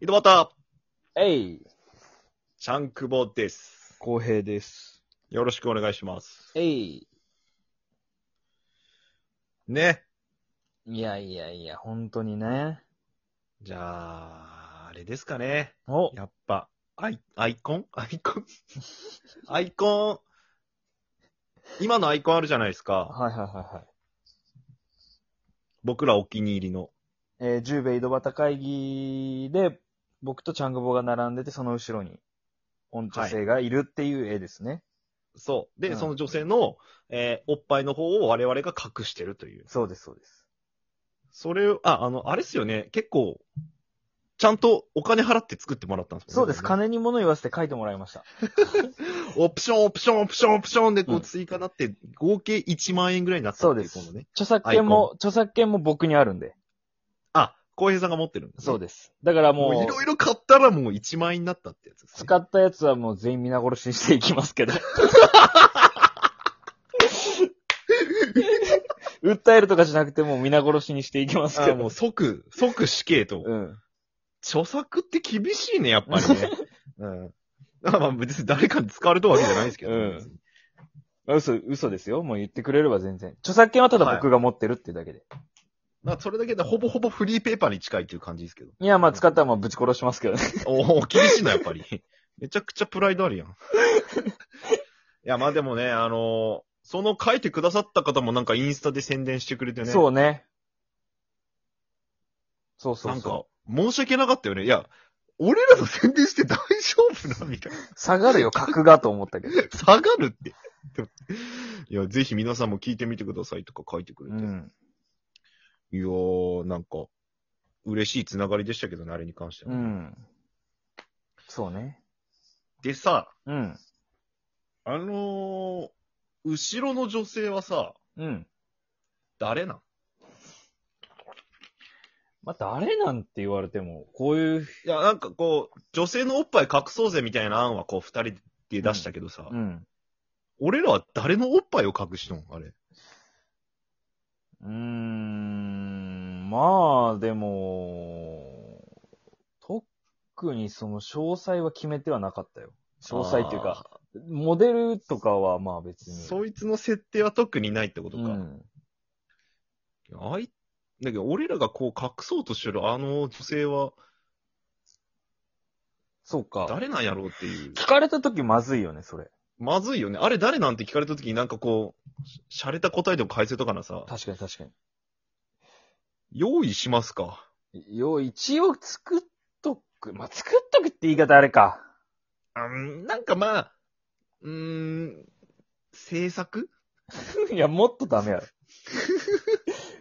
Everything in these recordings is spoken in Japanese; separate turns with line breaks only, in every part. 井戸端、
えい、
ちゃんくぼです。
公平です。
よろしくお願いします。
えい。
ね。
いやいやいや、本当にね。
じゃあ、あれですかね。
お、
やっぱ、アイ、アイコンアイコン アイコン、今のアイコンあるじゃないですか。
はいはいはいはい。
僕らお気に入りの。
えー、十兵衛井戸端会議で、僕とチャングボが並んでて、その後ろに、御茶生がいるっていう絵ですね。
そう。で、
うん
その女性の、えーおっぱいの方を我々が隠してるという。
そうです、そうです。
それを、あ、あの、あれですよね。結構、ちゃんとお金払って作ってもらったんです
そうです、
かね。
金に物言わせて書いてもらいました。
オプション、オプション、オプション、オプションでこ
う
う追加になって、合計1万円ぐらいになった
そう
ってい
で
う、
す
このね。。
著作権も、著作権も僕にあるんで。
あ、浩平さんが持ってるんです、
そうです。だから
もうい
も
ろ
う、
いろ買ったらもう1万円になったってやつです、ね。
使ったやつはもう全員皆殺しにしていきますけ ど。訴えるとかじゃなくてもう皆殺しにしていきますけ
あ
ど。
もう即、即死刑と。
うん。
著作って厳しいね、やっぱりね。うん。だからまあ別に誰かに使われたわけじゃないですけど、
うん
別に
嘘、嘘ですよ。もう言ってくれれば全然。著作権はただ僕が持ってるっていうだけで。
まあそれだけでほぼほぼフリーペーパーに近いっていう感じですけど。
い、や、まあ使ったらもうぶち殺しますけどね。
おお、厳しいな、やっぱり。めちゃくちゃプライドある やん。いや、まあでもね、あのその書いてくださった方もなんかインスタで宣伝してくれてね。
そうね。そうそ
な
うん
か
そ、
申し訳なかったよね。いや、俺らの宣伝して大丈夫なみたいな。
う。下がるよ、格がと思った けど。
下がるって。でもいや、ぜひ皆さんも聞いてみてくださいとか書いてくれ
う
て。
ん。
いやー、なんか、嬉しいつながりでしたけどね、あれに関しては。
うん。そうね。
でさ、
うん。
あのー、後ろの女性はさ、
うん。
誰なん
まあ、誰なんて言われても、こういう、
いや、なんかこう、女性のおっぱい隠そうぜみたいな案はこう、二人で出したけどさ、
うん。
俺らは誰のおっぱいを隠しとんあれ。
うーん、まあ、でも、特にその詳細は決めてはなかったよ。詳細っていうか、モデルとかはまあ別に。
そいつの設定は特にないってことか。
うん。
あい、だけど俺らがこう隠そうとしてるあの女性は
そうか。
誰なんやろうっていう。
聞かれた時まずいよね、それ。
まずいよね。あれ誰なんて聞かれた時になんかこう、しゃれた答えでも返せたからさ、
確かに確か
用意しますか。
に。よ、一応作っとく。まあ、作っとくって言い方あれか。
あんなんかまあ、うーん、制作
いや、もっとダメやろ。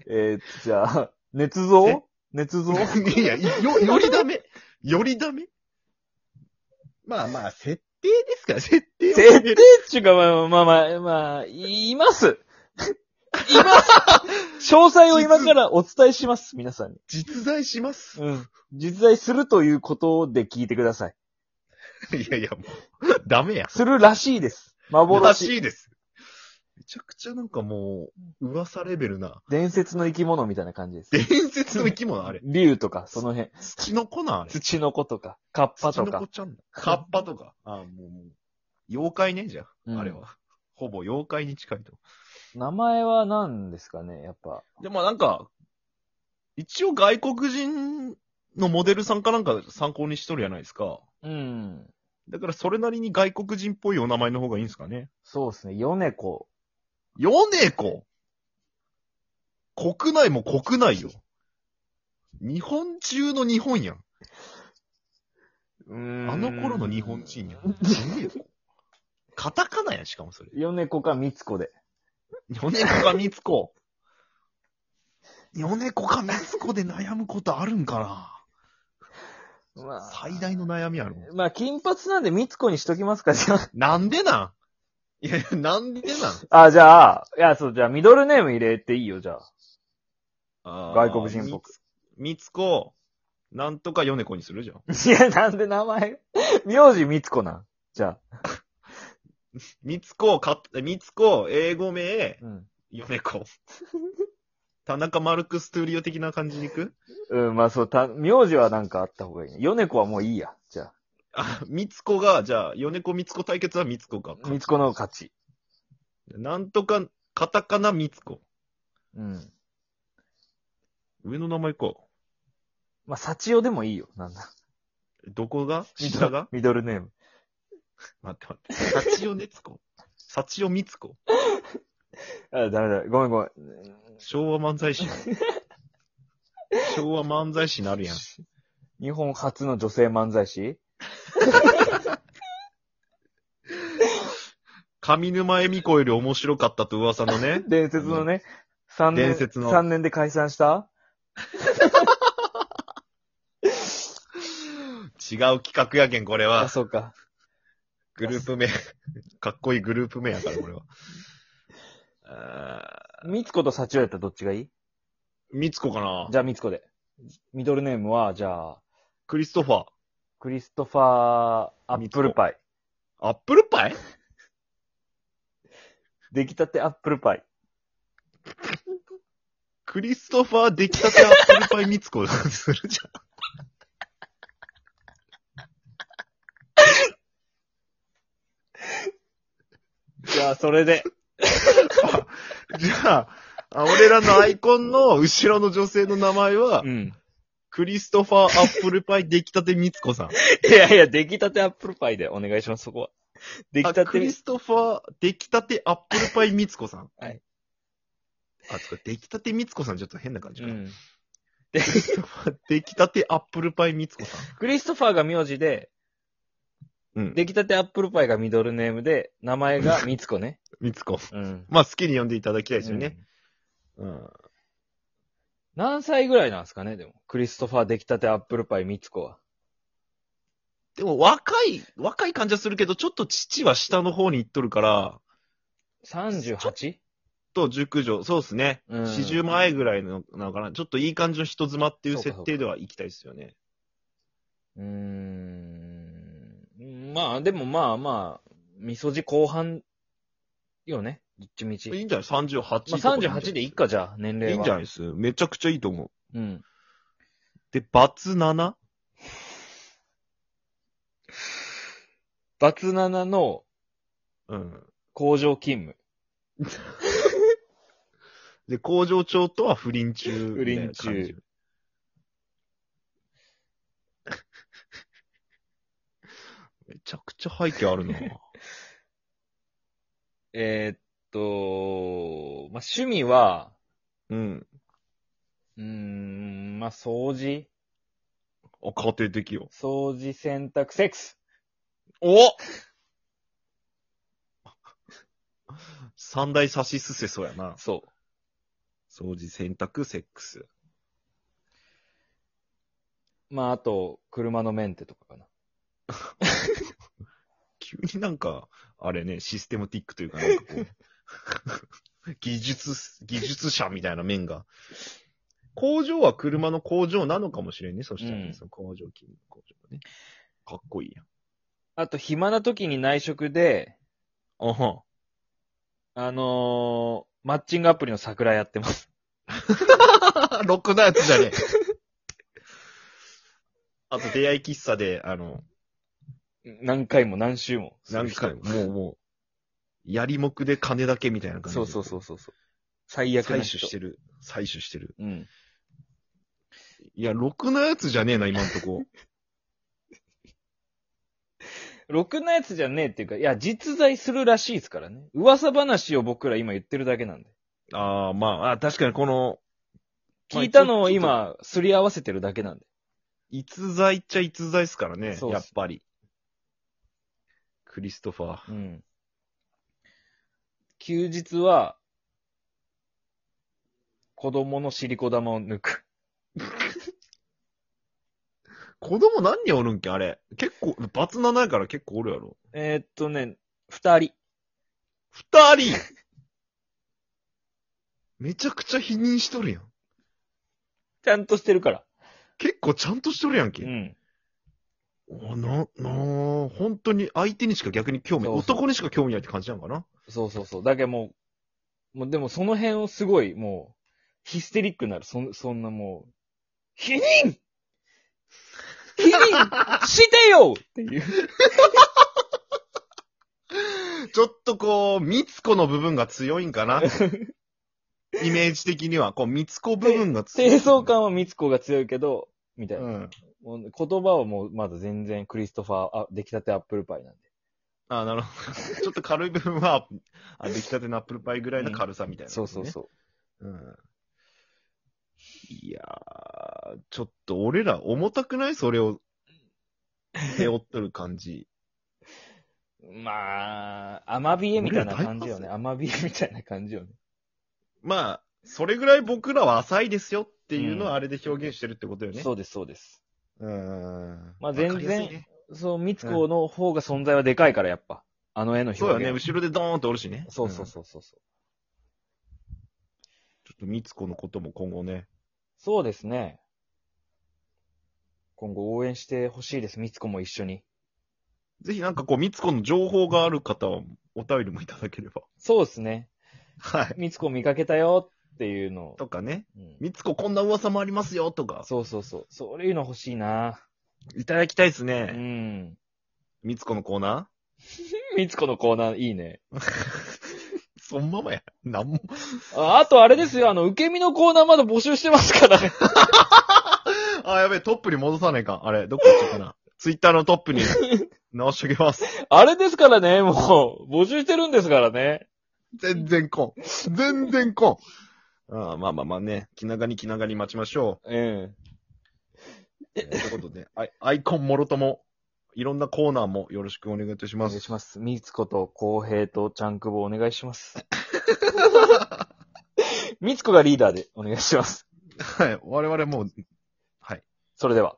えー、じゃあ、捏造捏造
いや、 よ、よりダメ。よりダメ。まあまあ、設定ですから、設定を
設定っちゅうか、まあまあまあ、まあ、います。います。詳細を今からお伝えします、皆さんに。
実在し ます。
うん。実在するということで聞いてください。
いやいや、もう、ダメや。
するらしいです。
ら
幻。
しいです。めちゃくちゃなんかもう、噂レベルな。
伝説の生き物みたいな感じです。
伝説の生き物、あれ。
竜とか、その辺。
土の粉な、あれ。
土の子とか、カッパと
土の
か
子。ちゃんだ。カッパとか。ああ、もう、もう妖怪ね、じゃあ、
うん
あれは。ほぼ妖怪に近いと。
名前は何ですかね、やっぱ。
でもなんか、一応外国人のモデルさんかなんか参考にしとるじゃないですか。
うん。
だからそれなりに外国人っぽいお名前の方がいいんですかね。
そうですね、ヨネコ。
ヨネコ国内も国内よ。日本中の日本やん。
うん
あの頃の日本人やん。ヨネコカタカナやん、しかもそれ。
ヨネコかミツコで。
ヨネコかミツコ。ヨネコかミツコで悩むことあるんか
ま
な最大の悩みあるもん。
まあ、金髪なんでミツコにしときますか、 じゃあ。
なんでなんいや、なんで なん
あ、じゃあ、いや、そう、じゃあ、ミドルネーム入れていいよ、じゃあ。外国人っぽ
く。みつこ、なんとかヨネコにするじゃん。
いや、なんで名前 名字ミツコなんじゃ
みつこ、か、みつこ、英語名
あ。、うん。
ヨネコ。田中マルクストゥーリオ的な感じでいく
うん、まあそう、た、名字はなんかあった方がいいね。ヨネコはもういいや。じゃ
あ、みつこが、じゃあ、米子みつこ対決はみつこか。
あ、みつこの勝ち。
なんとか、カタカナみつこ。
うん。
上の名前か。
まあ、サチオでもいいよ。なんだ。
どこが下が
ミドルネーム。
待って待って。サチオネツコサチオミツコ
あ、ダメだ。ごめんごめん。
昭和漫才 師。昭和漫才師なるやん。
日本初の女性漫才師。
上沼恵美子より面白かったと噂のね
伝説のね、三年、
伝説の
3年で解散した
違う企画やけん、これ
あ、
は。
そうか。
グループ名。かっこいいグループ名やから、これ は。あ
みつことサチオやったらどっちがいい
ーミツコかな
じゃあみつこで。ミドルネームは、じゃあ、
クリストファー。
クリストファー・アップルパイ。
アップルパイ
出来たてアップルパイ。
クリストファー出来たてアップルパイミツコだ。するじ
じゃあ、それで。
ゃん。じゃあ、あ俺らのアイコンの後ろの女性の名前は、
うん。
クリストファーアップルパイ出来たてミツコさん。
いやいや、出来たてアップルパイでお願いします、そこは。出来
あ
た
クリ
て、
ストファー、出来たてアップルパイみつこさん。
はい。
あ、つか、出来たてみつこさんちょっと変な感じ
う
か。
ん。
クリストファー、出来たてアップルパイみつこさ
クリストファーが名字で、
ん。うん。で、
出来たてアップルパイがミドルネームで、名前がみつこね。
みつこ。
うん。
まあ、好きに呼んでいただきたいですよね。
う
う
ん
ん。
何歳ぐらいなんですかね、でも。クリストファー出来たてアップルパイみつこは。
でも、若い、若い感じはするけど、ちょっと父は下の方に行っとるから、
38?
と、熟女、そうですね。
うん
四十前ぐらいの、なのかな。ちょっといい感じの人妻っていう
そうか
設定では行きたいですよね。
うーん。まあ、でもまあまあ、みそじ後半、よね。どっちみち。
いいんじゃない ?38 とか
まあ、
いいんじゃない
38でいいか、じゃあ、年齢は。
いいんじゃないですめちゃくちゃいいと思う。
うん。
で、バツ 7?
バツ7の
うん。
工場勤
で、工場長とは不倫中みたいな感じ。
不倫中
めちゃくちゃ背景あるな
務。えーっと、まあ、趣味は、
うん。
うーん、まあ、掃除、
あ、家庭的よ。
掃除、洗濯、セックス。
お三大差しすせそうやな。
そ
掃除、洗濯、セックス。
う。まあ、あと、車のメンテとかかな。
急になんか、あれね、システムティックというか、なんかこう、 技術、技術者みたいな面が。工場は車の工場なのかもしれんね、そしたらね、
うん
その工場勤務工場がね。かっこいいやん。
あと、暇な時に内職で、
あは。
あのーマッチングアプリの桜やってます。
ろくなやつじゃねえ。 あと、出会い喫茶で、あの、
何回も何週も。
何回も、もう、もう、やりもくで金だけみたいな感じ
そ
で。。
うそうそううそうそう。最悪
採
な
取
人
してる。採取してる。
うん。
いや、ろくなやつじゃねえな、今んと こ。
ろくなやつじゃねえっていうか、いや、実在するらしいですからね。噂話を僕ら今言ってるだけなんで。
ああ、まあ、あ確かにこの、
聞いたのを
まあ。
今、すり合わせてるだけなんで。
逸材っちゃ逸材っすからね、
そうっす
やっぱり。クリストファー。
うん。休日は、子供の尻子玉を抜く。
子供何人おるんけ、あれ。結構、バツ7やから結構おるやろ。
えーっとね、二人。
二人 めちゃくちゃ否認しとるやん。
ちゃんとしてるから。
結構ちゃんとしとるやんけ。
うん。
おな、なあ本当に相手にしか逆に興味、
そうそう
男にしか興味ないって感じなんかな。
そうそうそう。だけどもう、もうでもその辺をすごい、もう、ヒステリックになる。そん、そんなもう、否認否認してよっていう。
ちょっとこう、みつこの部分が強いんか な。イメージ的には、こう、みつこ部分が強い。
清掃感はみつこが強いけど、みたいうな。
ん。
もう言葉はもうまだ全然クリストファー、あ、出来たてアップルパイなんで。
あ、なるほど。 ちょっと軽い部分は、あ、出来たてのアップルパイぐらいの軽さみたいな、
そうそうそう。
う。うん。いやー、ちょっと俺ら重たくないそれを、背負っとる感じ。
まあ、アマビエみたいな感じよね。アマビエみたいな感じよね。
まあ、それぐらい僕らは浅いですよっていうのをあれで表現してるってことよね。
そうです、そうです。
う。ん。
まあ全
わか
然
りやすいね
そう、みつこの方が存在はでかいから、やっぱ。あの絵の表
そ
現。
うだね。後ろでドーンとおるしね。
そうそう
うん
そうそう。う
ちょっとみつこのことも今後ね。
そうですね。今後応援してほしいです、みつこも一緒に。
ぜひなんかこう、みつこの情報がある方は、お便りもいただければ。
そうですね。
はい。
みつこ見かけたよっていうのを。
とかね。
うん
みつここんな噂もありますよ、とか。
そうそうそう。そういうの欲しいな。
いただきたいです
う
ね。
ん。
みつこのコーナ
みつこのコーナーいいね。
ーそんままや。なんも。
ああとあれですよ、あの、受け身のコーナーまだ募集してますからね。
あ、やべえ、トップに戻さないかん。あれ、どっか行っちゃったな。ツイッターのトップに直しときます。
あれですからね、もう、募集してるんですからね。
全然こん。全然こん。ああまあまあまあね、気長に気長に待ちましょ
うん。
う。えーということで、アイアイコンもろとも、いろんなコーナーもよろしくお願いいたし
お
ま
願い
す。
します。みつこと、こうへいと、ちゃんくぼお願いし ます。みつこがリーダーでお願いします。
はい、我々もう、はい。
それでは。